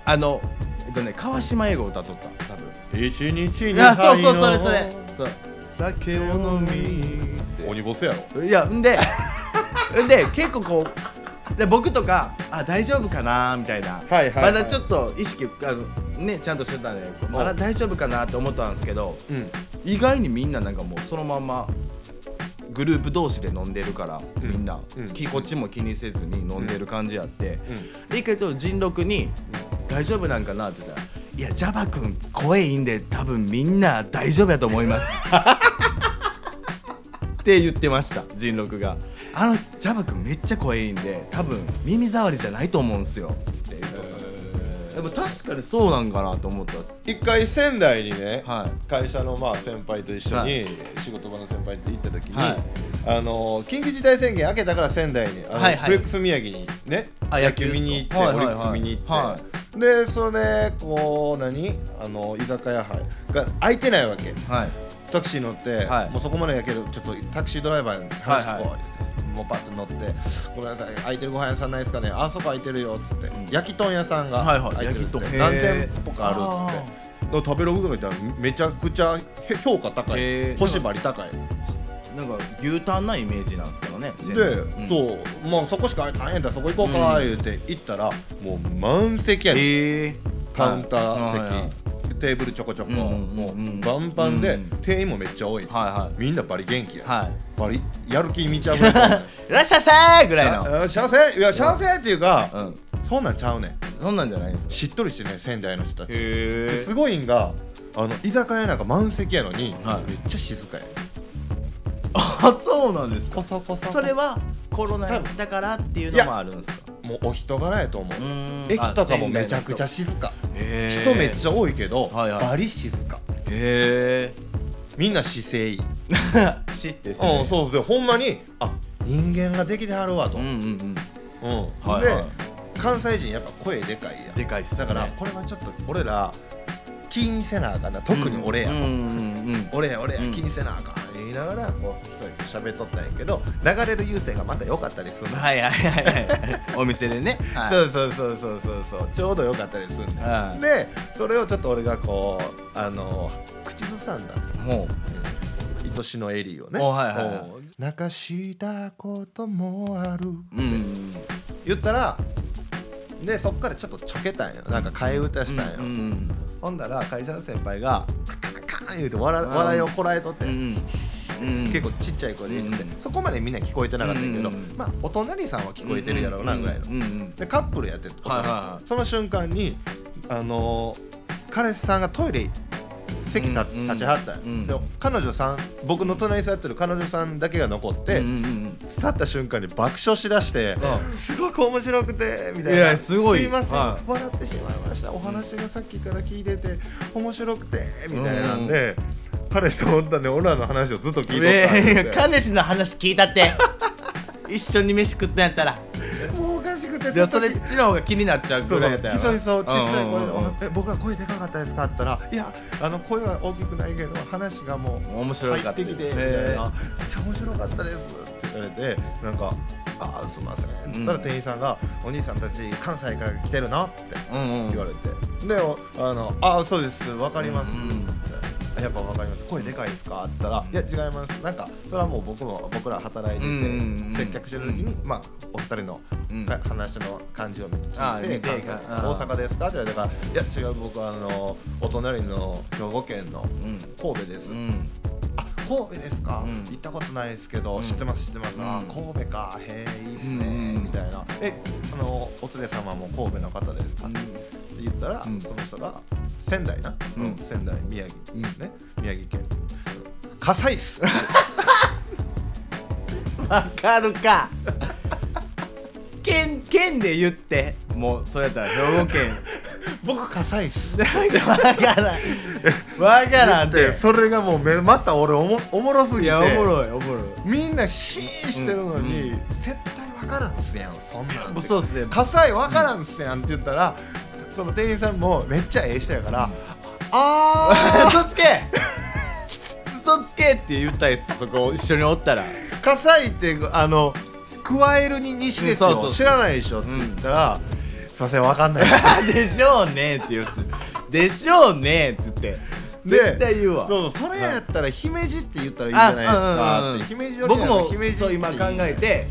[SPEAKER 5] あのえっとね川島英語歌っとった多分
[SPEAKER 4] 一日に
[SPEAKER 5] あそうそうそれそれそう酒を飲
[SPEAKER 4] 鬼ボスやろ
[SPEAKER 5] みいやんでんで結構こうで僕とかあ大丈夫かなみたいな、
[SPEAKER 4] はいはいは
[SPEAKER 5] ま
[SPEAKER 4] い
[SPEAKER 5] だちょっと意識あのねちゃんとしてたんでこうまだ大丈夫かなって思ったんですけど、
[SPEAKER 4] ん
[SPEAKER 5] 意外にみんななんかもうそのまんまグループ同士で飲んでるから、みんな、
[SPEAKER 4] うん
[SPEAKER 5] きこっちも気にせずに飲んでる感じやって、
[SPEAKER 4] ん
[SPEAKER 5] で一回ちょっと人六に、大丈夫なんかな?」って言ったら「いやジャバ君声いいんで多分みんな大丈夫やと思います」って言ってました人六が「あのジャバ君めっちゃ声いいんで多分耳障りじゃないと思うんすよ」つって言ってますでも確かにそうなんかなと思ったっす
[SPEAKER 4] 一回仙台にね、
[SPEAKER 5] はい
[SPEAKER 4] 会社のまあ先輩と一緒に、
[SPEAKER 5] はい
[SPEAKER 4] 仕事場の先輩と行った時に、
[SPEAKER 5] はい
[SPEAKER 4] あのー緊急事態宣言明けたから仙台にあの、
[SPEAKER 5] はいはい
[SPEAKER 4] フレックス宮城にね
[SPEAKER 5] あ
[SPEAKER 4] 野球
[SPEAKER 5] 野球です
[SPEAKER 4] 見
[SPEAKER 5] か
[SPEAKER 4] に行って、
[SPEAKER 5] はいはいはい
[SPEAKER 4] オリックス見に行って、
[SPEAKER 5] は
[SPEAKER 4] でそれこう何あの居酒屋杯が空いてないわけ
[SPEAKER 5] はい
[SPEAKER 4] タクシー乗って、
[SPEAKER 5] はい
[SPEAKER 4] もうそこまでやけどちょっとタクシードライバーに話し
[SPEAKER 5] はい
[SPEAKER 4] こう、
[SPEAKER 5] はい
[SPEAKER 4] もうパッと乗って「ごめんなさい空いてるご飯屋さんないですかねあそこ空いてるよ」っつって、焼き豚屋さんが
[SPEAKER 5] はいはい
[SPEAKER 4] 空いてるっつって、
[SPEAKER 5] 焼き豚
[SPEAKER 4] 何
[SPEAKER 5] へ
[SPEAKER 4] 店
[SPEAKER 5] ー
[SPEAKER 4] 舗かあるっつって。だから食べログとか言ったらめちゃくちゃへ評価高
[SPEAKER 5] へ
[SPEAKER 4] い
[SPEAKER 5] ー
[SPEAKER 4] 星張り高い
[SPEAKER 5] なんか牛タンなイメージなんですけどね
[SPEAKER 4] で、
[SPEAKER 5] うん
[SPEAKER 4] そうまあそこしかないんやったらそこ行こうか言うて行ったら、もう満席やねん
[SPEAKER 5] へえ
[SPEAKER 4] カウンター席、
[SPEAKER 5] はいはい
[SPEAKER 4] テーブルちょこちょこ、
[SPEAKER 5] んうん
[SPEAKER 4] も
[SPEAKER 5] うんうん
[SPEAKER 4] うバンバンで、
[SPEAKER 5] うん
[SPEAKER 4] 店員もめっちゃ多い、
[SPEAKER 5] はいはい
[SPEAKER 4] みんなバリ元気や、
[SPEAKER 5] は
[SPEAKER 4] バリやる気満ちゃうぐらい
[SPEAKER 5] い らっしゃいさーぐらいの
[SPEAKER 4] ああ幸せいや幸せっていうか、
[SPEAKER 5] うん
[SPEAKER 4] そんなんちゃうねん
[SPEAKER 5] そんなんじゃないんですか
[SPEAKER 4] しっとりしてね仙台の人たち
[SPEAKER 5] へ
[SPEAKER 4] すごいんがあの居酒屋なんか満席やのに、
[SPEAKER 5] はい
[SPEAKER 4] めっちゃ静かやねん
[SPEAKER 5] あそうなんです
[SPEAKER 4] コソコソ
[SPEAKER 5] それはコロナだからっていうのもあるんですか
[SPEAKER 4] もうお人柄やと思う
[SPEAKER 5] ーん
[SPEAKER 4] 駅とか
[SPEAKER 5] あ
[SPEAKER 4] も
[SPEAKER 5] 仙台の人
[SPEAKER 4] めちゃくちゃ静か
[SPEAKER 5] へー
[SPEAKER 4] 人め っちゃ多いけど、
[SPEAKER 5] はいはい
[SPEAKER 4] バリ静か
[SPEAKER 5] へえ
[SPEAKER 4] みんな姿勢いい、
[SPEAKER 5] 知ってです
[SPEAKER 4] う
[SPEAKER 5] ね
[SPEAKER 4] んそうでほんまにあ人間ができてはるわと、
[SPEAKER 5] う
[SPEAKER 4] うんん
[SPEAKER 5] うんうんはい
[SPEAKER 4] で、
[SPEAKER 5] はい
[SPEAKER 4] 関西人やっぱ声でかいやん
[SPEAKER 5] でかいっすね
[SPEAKER 4] だからこれはちょっと俺ら気にせなあかんな特に俺や、
[SPEAKER 5] うんうんうん
[SPEAKER 4] 俺や俺や
[SPEAKER 5] うん
[SPEAKER 4] 気にせなあかん言いながらこうひそひそ喋っとったんやけど流れる優勢がまた良かったりするの、
[SPEAKER 5] はいはいはいはいお店でねはい
[SPEAKER 4] そうそうそうそうそうそうちょうど良かったりするんだよ、
[SPEAKER 5] はい
[SPEAKER 4] でそれをちょっと俺がこうあの口ずさんだ
[SPEAKER 5] も
[SPEAKER 4] 愛しのエリーをね
[SPEAKER 5] おはいはいはい
[SPEAKER 4] お泣かしたこともある
[SPEAKER 5] ううん
[SPEAKER 4] 言ったらでそっからちょっとちょけたんよなんか替え歌したんよ、
[SPEAKER 5] うん
[SPEAKER 4] ほんだら会社の先輩が「カンカン」言うて笑笑いをこらえとって、
[SPEAKER 5] うんうん
[SPEAKER 4] 結構ちっちゃい声で言って、
[SPEAKER 5] うんうん
[SPEAKER 4] そこまでみんな聞こえてなかったんやけど、
[SPEAKER 5] うんうん
[SPEAKER 4] まあお隣さんは聞こえてるやろうなぐらいの、
[SPEAKER 5] うんうん
[SPEAKER 4] でカップルやってて、
[SPEAKER 5] はいはいはい
[SPEAKER 4] その瞬間にあのー彼氏さんがトイレ席立,、
[SPEAKER 5] うんうん
[SPEAKER 4] 立ちはったんや、
[SPEAKER 5] うん
[SPEAKER 4] で彼女さん僕の隣に座ってる彼女さんだけが残って、
[SPEAKER 5] うんうんうん
[SPEAKER 4] 去った瞬間に爆笑しだして、すごく面白くてみたいない
[SPEAKER 5] やすごい
[SPEAKER 4] ません、
[SPEAKER 5] は
[SPEAKER 4] 笑ってしまいましたお話がさっきから聞いてて面白くてみたいなんで、彼氏と思ったんで俺らの話をずっと聞いてたん
[SPEAKER 5] え
[SPEAKER 4] で
[SPEAKER 5] え
[SPEAKER 4] すよ、
[SPEAKER 5] 彼氏の話聞いたって 一緒に飯食ったんやったら
[SPEAKER 4] もうおかしくて
[SPEAKER 5] いやそれっちの方が気になっちゃう
[SPEAKER 4] そ
[SPEAKER 5] ぐ
[SPEAKER 4] う
[SPEAKER 5] らい
[SPEAKER 4] そ
[SPEAKER 5] うやったやろ
[SPEAKER 4] ひそひそ小さい声で
[SPEAKER 5] うんうんうん
[SPEAKER 4] 「え僕ら声でかかったですか?」って言ったら「いやあの声は大きくないけど話がもう
[SPEAKER 5] 面白いか
[SPEAKER 4] 入
[SPEAKER 5] っ
[SPEAKER 4] ったてきて」みたい
[SPEAKER 5] へ
[SPEAKER 4] な「めっちゃ面白かったです」って言われてなんか「ああすいません」って言ったら店員さんが「お兄さんたち関西から来てるな」って
[SPEAKER 5] うんうん
[SPEAKER 4] 言われてでおあの「ああそうですわかります」
[SPEAKER 5] うん
[SPEAKER 4] っ
[SPEAKER 5] うん
[SPEAKER 4] つって「やっぱわかります声でかいですか?」って言ったら「いや違います」なんかそれはもう僕も僕ら働いて
[SPEAKER 5] うんうんうん
[SPEAKER 4] て接客してる時にまあお二人の
[SPEAKER 5] うん
[SPEAKER 4] か話の感じを見て
[SPEAKER 5] あー
[SPEAKER 4] 聞
[SPEAKER 5] 見て
[SPEAKER 4] いて「関西
[SPEAKER 5] あー
[SPEAKER 4] 大阪ですか?」って言われたから「いや違う僕はあのお隣の兵庫県の
[SPEAKER 5] ん
[SPEAKER 4] 神戸です」
[SPEAKER 5] うん
[SPEAKER 4] あ神戸ですか、
[SPEAKER 5] うん
[SPEAKER 4] 行ったことないですけど、知ってます知ってます、
[SPEAKER 5] うん
[SPEAKER 4] あ神戸かへえいいっすね、
[SPEAKER 5] うん
[SPEAKER 4] みたいなえあのお連れ様も神戸の方ですか、
[SPEAKER 5] うん
[SPEAKER 4] って言ったら、
[SPEAKER 5] ん
[SPEAKER 4] その人が仙台な、
[SPEAKER 5] うん
[SPEAKER 4] 仙台宮城、
[SPEAKER 5] うん
[SPEAKER 4] ね宮城県火災っす
[SPEAKER 5] わかるか県県で言ってもうそうやったら兵庫 県
[SPEAKER 4] 僕火災っす
[SPEAKER 5] わからんわからん
[SPEAKER 4] で
[SPEAKER 5] て
[SPEAKER 4] それがもうめまた俺おもおもろすぎ
[SPEAKER 5] い
[SPEAKER 4] て
[SPEAKER 5] やおもろいおもろい
[SPEAKER 4] みんなシーンしてるのに、
[SPEAKER 5] うん
[SPEAKER 4] 絶対分からんっすやんそんなん
[SPEAKER 5] そうっすね
[SPEAKER 4] 火災分からんっすやんって言ったら、その店員さんもめっちゃええ人やから、あ
[SPEAKER 5] 嘘つけ嘘つけって言ったいっすそこ一緒におったら
[SPEAKER 4] ー火災ってあの加えるに西ですよ、
[SPEAKER 5] うんそうそう
[SPEAKER 4] 知らないでしょって言ったら、すいません分かんない です
[SPEAKER 5] でしょうねって言うっすでしょうねって言って
[SPEAKER 4] で
[SPEAKER 5] 絶対言うわ
[SPEAKER 4] そうそれやったら姫路って言ったらいいじゃないですかって、姫路より
[SPEAKER 5] 僕も
[SPEAKER 4] 姫路
[SPEAKER 5] そう今考えて、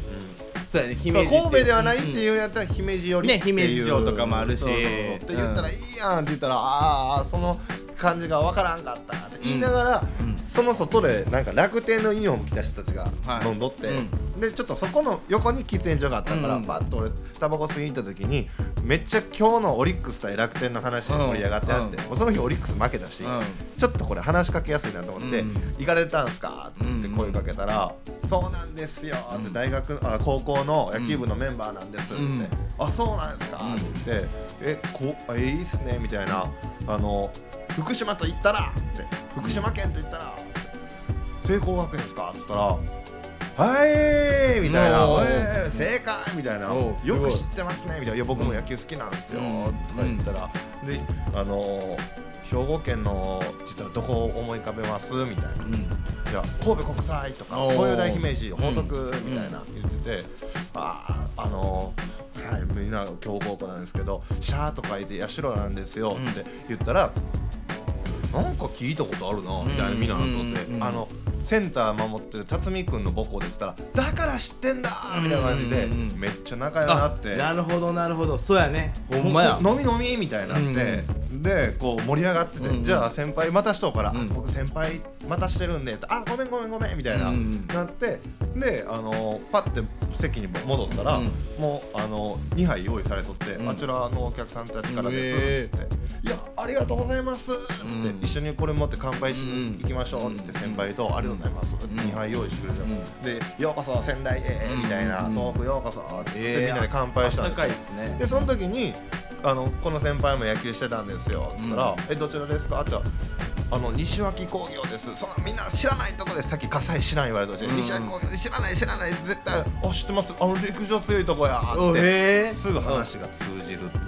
[SPEAKER 5] そうやね姫路って
[SPEAKER 4] 神戸ではないっていうんやったら姫路より
[SPEAKER 5] ね
[SPEAKER 4] っていう
[SPEAKER 5] 姫路城とかもあるし
[SPEAKER 4] そうそうそうって言ったら
[SPEAKER 5] う
[SPEAKER 4] いいやんって言ったらああその感じがわからんかったって言いながら、その外でなんか楽天のユニフォーム着た人たちが
[SPEAKER 5] はい
[SPEAKER 4] 飲んどって、
[SPEAKER 5] う
[SPEAKER 4] でちょっとそこの横に喫煙所があったから、
[SPEAKER 5] うん
[SPEAKER 4] パッと俺タバコ吸いに行った時にめっちゃ今日のオリックス対楽天の話に盛り上がってあって、
[SPEAKER 5] うん
[SPEAKER 4] もうその日オリックス負けたし、
[SPEAKER 5] うん
[SPEAKER 4] ちょっとこれ話しかけやすいなと思って「
[SPEAKER 5] うん
[SPEAKER 4] 行かれたんすか?」って言って声かけたら「そうなんですよ」って大学あ高校の野球部のメンバーなんですって言って「あそうなんですか?」って言って「えこえいいっすね」みたいな「あの福島と言ったら」って「福島県と言ったら」聖光学園ですか?」って言ったら「はい」みたいな「
[SPEAKER 5] おー
[SPEAKER 4] えー正解」みたいな「
[SPEAKER 5] お
[SPEAKER 4] よ
[SPEAKER 5] ーすごい
[SPEAKER 4] く知ってますね」みたいな「いや僕も野球好きなんですよ」
[SPEAKER 5] うん
[SPEAKER 4] とか言ったらで「あの兵庫県の実はどこを思い浮かべます?」みたいな。
[SPEAKER 5] うん
[SPEAKER 4] いや神戸国際とか
[SPEAKER 5] おー
[SPEAKER 4] 東洋大姫路
[SPEAKER 5] うん
[SPEAKER 4] 報徳みたいな言ってて、あああのーはいみんな強豪校なんですけどシャーとかいて社なんですよって言ったら、なんか聞いたことあるなみたいなみんななっとって、
[SPEAKER 5] うんうんうんうん
[SPEAKER 4] あのセンター守ってる辰巳君の母校でしたら「だから知ってんだ!」みたいな感じで、
[SPEAKER 6] うんうんうん
[SPEAKER 4] めっちゃ仲良くなって
[SPEAKER 6] なるほどなるほどそうやねほんまや
[SPEAKER 4] 飲み飲みみたいになって、でこう盛り上がってて、じゃあ先輩またしとうから、あ僕先輩またしてるんであごめんごめんごめんみたいな、
[SPEAKER 6] うん
[SPEAKER 4] なってであのパッて席に戻ったら、
[SPEAKER 6] うん
[SPEAKER 4] もうあの2杯用意されとって、
[SPEAKER 6] ん
[SPEAKER 4] あちらのお客さんたちからで
[SPEAKER 6] へ
[SPEAKER 4] すっつって、いやありがとうございますっつって、
[SPEAKER 6] うん
[SPEAKER 4] 一緒にこれ持って乾杯しに行きましょうっつって、先輩とありがとうございますって、2杯用意してくれた、でようこそ仙台へみたいな、遠くようこそって言って、
[SPEAKER 6] ええ
[SPEAKER 4] みんなで乾杯したんですよ
[SPEAKER 6] あったかいっすね
[SPEAKER 4] でその時にあのこの先輩も野球してたんですよっつったら「えどちらですか?」って言ったらあの西脇工業ですそのみんな知らないとこですさっき葛西知らん言われたし、西脇工業知らない知らない絶対あ知ってますあの陸上強いとこやっ
[SPEAKER 6] お
[SPEAKER 4] て
[SPEAKER 6] へえ
[SPEAKER 4] すぐ話が通じるっていう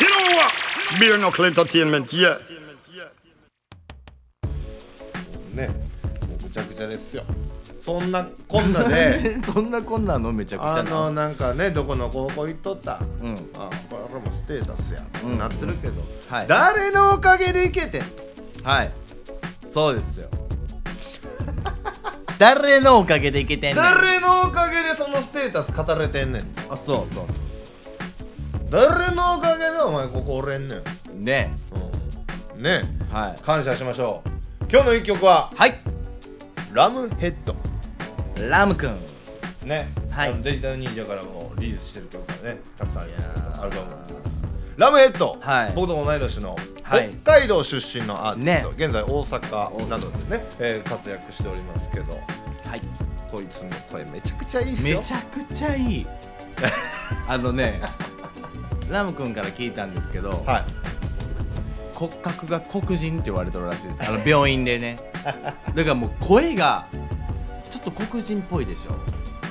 [SPEAKER 1] You know what? Spear knuckle entertainment, yeah.
[SPEAKER 4] ねもうぐちゃぐちゃですよそんなこんな で
[SPEAKER 6] そんなこんなのめちゃくち
[SPEAKER 4] あ
[SPEAKER 6] ゃ
[SPEAKER 4] の
[SPEAKER 6] な
[SPEAKER 4] なんかねどこの高校行っとった、
[SPEAKER 6] うん
[SPEAKER 4] あこれもステータスや、
[SPEAKER 6] うん
[SPEAKER 4] なってるけど、
[SPEAKER 6] はい
[SPEAKER 4] 誰のおかげでいけてん
[SPEAKER 6] はいそうですよ誰のおかげでいけてんねん
[SPEAKER 4] 誰のおかげでそのステータス語れてんねん
[SPEAKER 6] あそうそうそ
[SPEAKER 4] 誰のおかげでお前ここおれんねん、
[SPEAKER 6] うね
[SPEAKER 4] うん、ね
[SPEAKER 6] えはい
[SPEAKER 4] 感謝しましょう今日の一曲は
[SPEAKER 6] はい
[SPEAKER 4] ラムヘッド
[SPEAKER 6] ラム君
[SPEAKER 4] ね、
[SPEAKER 6] はい
[SPEAKER 4] あのデジタル忍者からもリリースしてる曲がねたくさんありますけどアルバムラムヘッド、
[SPEAKER 6] はい
[SPEAKER 4] 僕と同い年の
[SPEAKER 6] はい
[SPEAKER 4] 北海道出身のアーティスト、
[SPEAKER 6] ね
[SPEAKER 4] 現在大阪などでね、えー活躍しておりますけど
[SPEAKER 6] はい
[SPEAKER 4] こいつの声めちゃくちゃいいっす
[SPEAKER 6] め
[SPEAKER 4] よ
[SPEAKER 6] ちゃくちゃいいあのねラム君から聞いたんですけど、
[SPEAKER 4] はい
[SPEAKER 6] 骨格が黒人って言われてるらしいですあの病院 でねだからもう声がちょっと黒人っぽいでしょ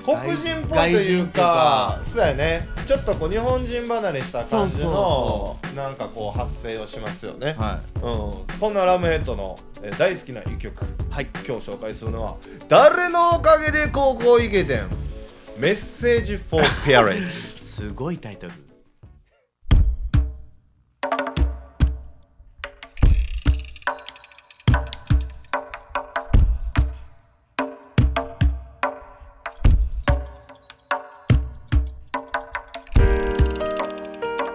[SPEAKER 4] 黒人っぽいというかそうやねちょっとこう日本人離れした感じの
[SPEAKER 6] そ
[SPEAKER 4] なんかこう発声をしますよね、
[SPEAKER 6] は
[SPEAKER 4] うん、そんなラムヘッドのえー大好きな一曲
[SPEAKER 6] はい
[SPEAKER 4] 今日紹介するのは「誰のおかげで高校行けてん」メッセージ for parents
[SPEAKER 6] すごいタイトル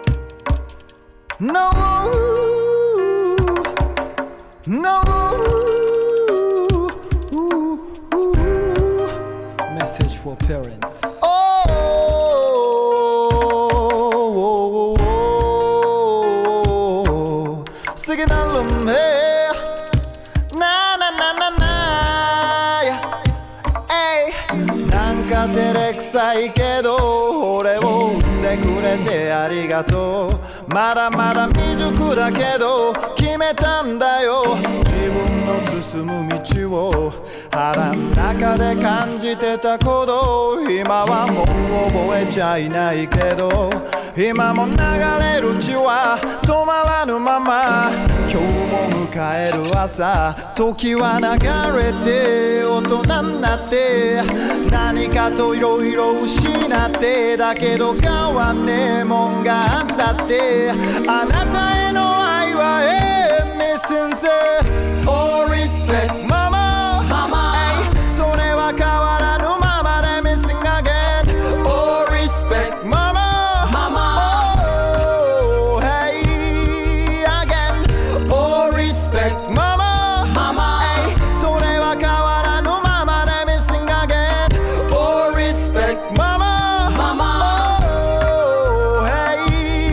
[SPEAKER 6] 「No No
[SPEAKER 5] Message for parents.
[SPEAKER 6] Oh, singing along, hey, na na na na na, hey. なんか照れくさいけど俺を産んでくれてありがとうまだまだ未熟だけど決めたんだよ自分の進む道を腹の中で感じてたこと今はもう覚えちゃいないけど今も流れる血は止まらぬまま今日も迎える朝時は流れて大人になって何かといろいろ失ってだけど変わんねえもんがあんだってあなたへの愛は永遠に先生 All respect ママ
[SPEAKER 7] Mama.
[SPEAKER 6] それは変わらぬままで Missing again All respect ママ
[SPEAKER 7] Mama.
[SPEAKER 6] Oh, hey, again All respect ママ
[SPEAKER 7] Mama.
[SPEAKER 6] それは変わらぬままで Missing again All respect ママ
[SPEAKER 7] Mama.
[SPEAKER 6] 親父と繰り出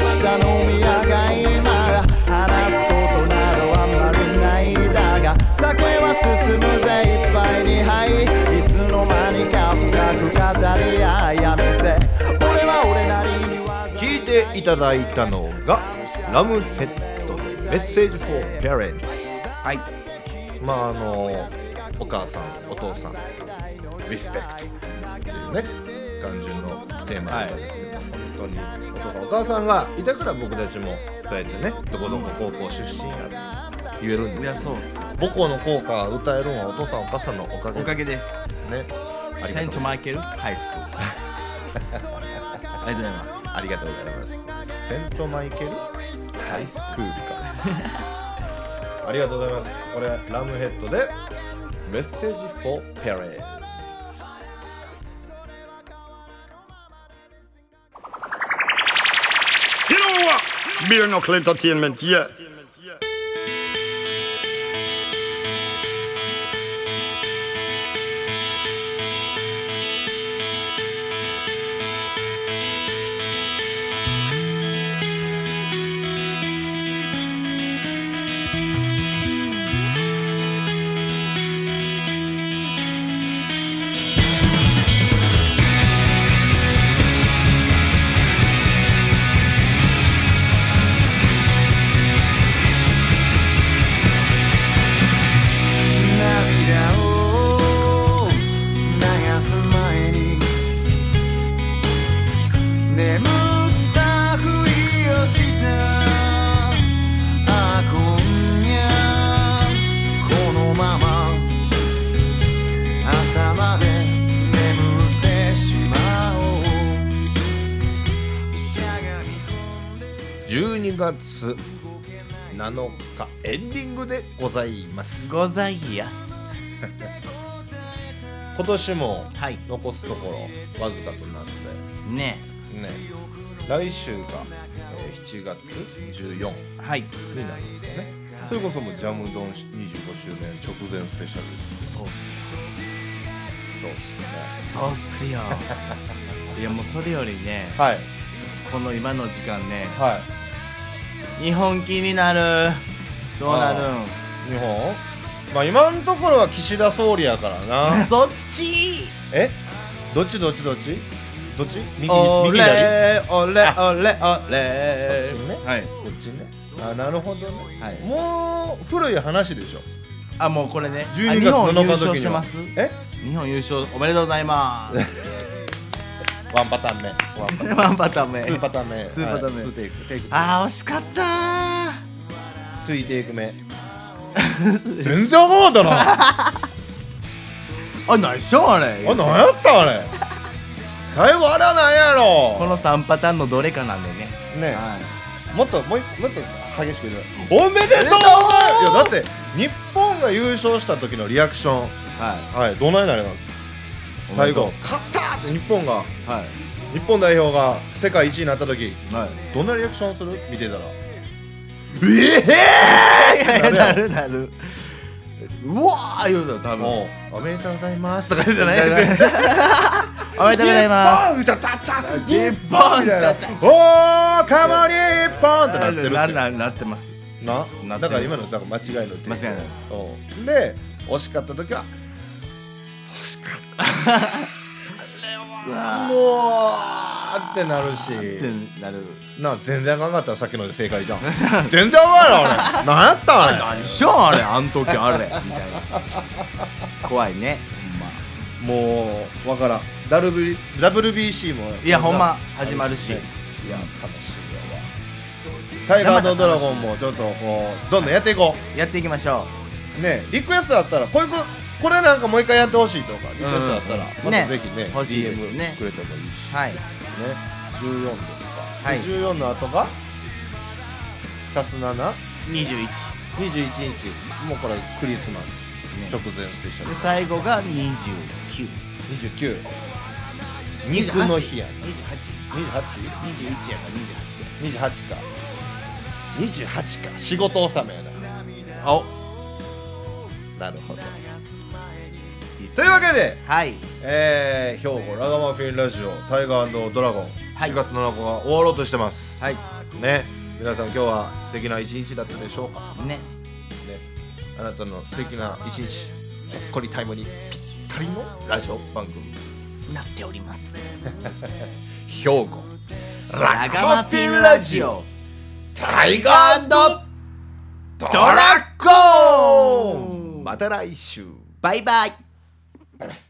[SPEAKER 6] した飲み屋が今話すことなどあんまりないだが酒は進むぜ一杯に杯いつの間にか深く語り合いやめせ俺は俺なりに技
[SPEAKER 4] 聴いていただいたのがラムヘッドで「メッセージ for parents」
[SPEAKER 6] はい
[SPEAKER 4] まああのお母さんお父さんリスペクトっていうね感じのテーマだったんですけど、本当にお父さんお母さんがいたから僕たちもそうやってねどこどこ高校出身やって言えるんですよ
[SPEAKER 6] うです
[SPEAKER 4] 母校の校歌歌えるのはお父さんお母さんのおかげ
[SPEAKER 6] です
[SPEAKER 4] ねありがとう
[SPEAKER 6] マイケルハイスクー ル ありがとうございます
[SPEAKER 4] ありがとうございますセントマイケルハハイスクールか ありがとうございますこれラムヘッドで「メッセージ for Parents」
[SPEAKER 1] You know what? It's Bare Knuckle Entertainment, yeah.
[SPEAKER 4] 12月7日エンディングでございます
[SPEAKER 5] ございやす
[SPEAKER 4] 今年も
[SPEAKER 5] はい
[SPEAKER 4] 残すところわずかとなって
[SPEAKER 5] ね
[SPEAKER 4] ね来週が、えー7月14
[SPEAKER 5] えはい
[SPEAKER 4] になるんですよねそれこそもうジャムドン25周年直前スペシャルです
[SPEAKER 5] そうっ
[SPEAKER 4] そうですね
[SPEAKER 5] すそうっすよ いやもうそれよりね
[SPEAKER 4] はい
[SPEAKER 5] この今の時間ね
[SPEAKER 4] は
[SPEAKER 5] 日本気になるどうなる
[SPEAKER 4] い日本まあ今のところは岸田総理やから
[SPEAKER 5] ん
[SPEAKER 4] な
[SPEAKER 5] そっち
[SPEAKER 4] えどっちどっちどっちどっち右
[SPEAKER 5] お
[SPEAKER 4] 右左
[SPEAKER 5] れおれおれお
[SPEAKER 4] そ
[SPEAKER 5] れ
[SPEAKER 4] っちね
[SPEAKER 5] はい
[SPEAKER 4] そっちねあなるほどね、
[SPEAKER 5] はい
[SPEAKER 4] もう古い話でしょ
[SPEAKER 5] あもうこれねあ
[SPEAKER 4] 12
[SPEAKER 5] 日
[SPEAKER 4] 月
[SPEAKER 5] 本優
[SPEAKER 4] 7日の時には
[SPEAKER 5] 勝してます
[SPEAKER 4] え
[SPEAKER 5] 日本優勝おめでとうございます
[SPEAKER 4] ワンパターン目ワンパターン
[SPEAKER 5] ワンパターン目
[SPEAKER 4] ツーパターン目
[SPEAKER 5] ツーパターン目
[SPEAKER 4] はいツーテイクテイク
[SPEAKER 5] あー惜しかったー
[SPEAKER 4] ツーテイク目全然上がったなあ
[SPEAKER 5] あ、ないっしょあれ
[SPEAKER 4] 何やったあれ最後あれは何やろ
[SPEAKER 5] この3パターンのどれかなんでね
[SPEAKER 4] ね
[SPEAKER 5] はい
[SPEAKER 4] もっともう一もっと激しく言うおめでとうございますいやだって日本が優勝した時のリアクション
[SPEAKER 5] は
[SPEAKER 4] はいどないなります最後勝ったって日本が
[SPEAKER 5] いは
[SPEAKER 4] 日本代表が世界一位になった時
[SPEAKER 5] いはい
[SPEAKER 4] どんなリアクションする見てたら
[SPEAKER 5] ええー、
[SPEAKER 4] な
[SPEAKER 5] な
[SPEAKER 4] る
[SPEAKER 5] るなるうわー言うたら多分
[SPEAKER 4] もう「おめでとうございます」とか言って
[SPEAKER 5] お
[SPEAKER 4] な
[SPEAKER 5] め
[SPEAKER 4] い
[SPEAKER 5] でとうございます
[SPEAKER 4] す日本歌たた
[SPEAKER 5] 日
[SPEAKER 4] 本
[SPEAKER 5] 本
[SPEAKER 4] みたいな
[SPEAKER 5] ちゃちゃ
[SPEAKER 4] おーかまり日本ってなってるって
[SPEAKER 5] なななってます
[SPEAKER 4] な
[SPEAKER 5] なってる
[SPEAKER 4] だから今のだから間違いの
[SPEAKER 5] 間違いないです
[SPEAKER 4] そうで惜しかった時は
[SPEAKER 5] さあ
[SPEAKER 4] もうあってなるし
[SPEAKER 5] ってなる
[SPEAKER 4] な全然あかんかったらさっきので正解じゃん全然あかんや ろ俺何やったんあれ
[SPEAKER 5] 何しょあれあん時あれみたいな怖いね
[SPEAKER 4] もうわからん WB WBC も
[SPEAKER 5] いやほんま始まるし
[SPEAKER 4] ねいや楽しいよわタイガーとドラゴンもちょっとこうどんどんやっていこ
[SPEAKER 5] やっていきましょ
[SPEAKER 4] うねリクエストあったらこういうここれなんかもう一回やってほしいとかリクエストあった
[SPEAKER 5] う
[SPEAKER 4] ら
[SPEAKER 5] ん
[SPEAKER 4] また
[SPEAKER 5] ね
[SPEAKER 4] ぜひね
[SPEAKER 5] 欲しいですね
[SPEAKER 4] DM くれてもいいし
[SPEAKER 5] うはい
[SPEAKER 4] ね14ですか、
[SPEAKER 5] はい
[SPEAKER 4] 14の後が足す721
[SPEAKER 5] 21
[SPEAKER 4] 日もうこれクリスマス
[SPEAKER 5] ね
[SPEAKER 4] 直前スペシャル
[SPEAKER 5] で最後が29
[SPEAKER 4] 29肉の日や
[SPEAKER 5] 28
[SPEAKER 4] 28?28
[SPEAKER 5] 21やから28や
[SPEAKER 4] か28か仕事納めやな
[SPEAKER 5] お
[SPEAKER 4] なるほどというわけで、
[SPEAKER 5] はい
[SPEAKER 4] えー、兵庫ラガマフィンラジオタイガードラゴン、
[SPEAKER 5] はい
[SPEAKER 4] 4月7日が終わろうとしてます、
[SPEAKER 5] はい
[SPEAKER 4] ね皆さん今日は素敵な一日だったでしょうか
[SPEAKER 5] ね
[SPEAKER 4] ね、あなたの素敵な一日ほっこりタイムにぴったりのラジオ番組
[SPEAKER 5] なっております
[SPEAKER 4] 兵庫
[SPEAKER 5] ラガマフィンラジオ
[SPEAKER 4] タイガードラゴンまた来週
[SPEAKER 5] バイバイ
[SPEAKER 4] バイバイ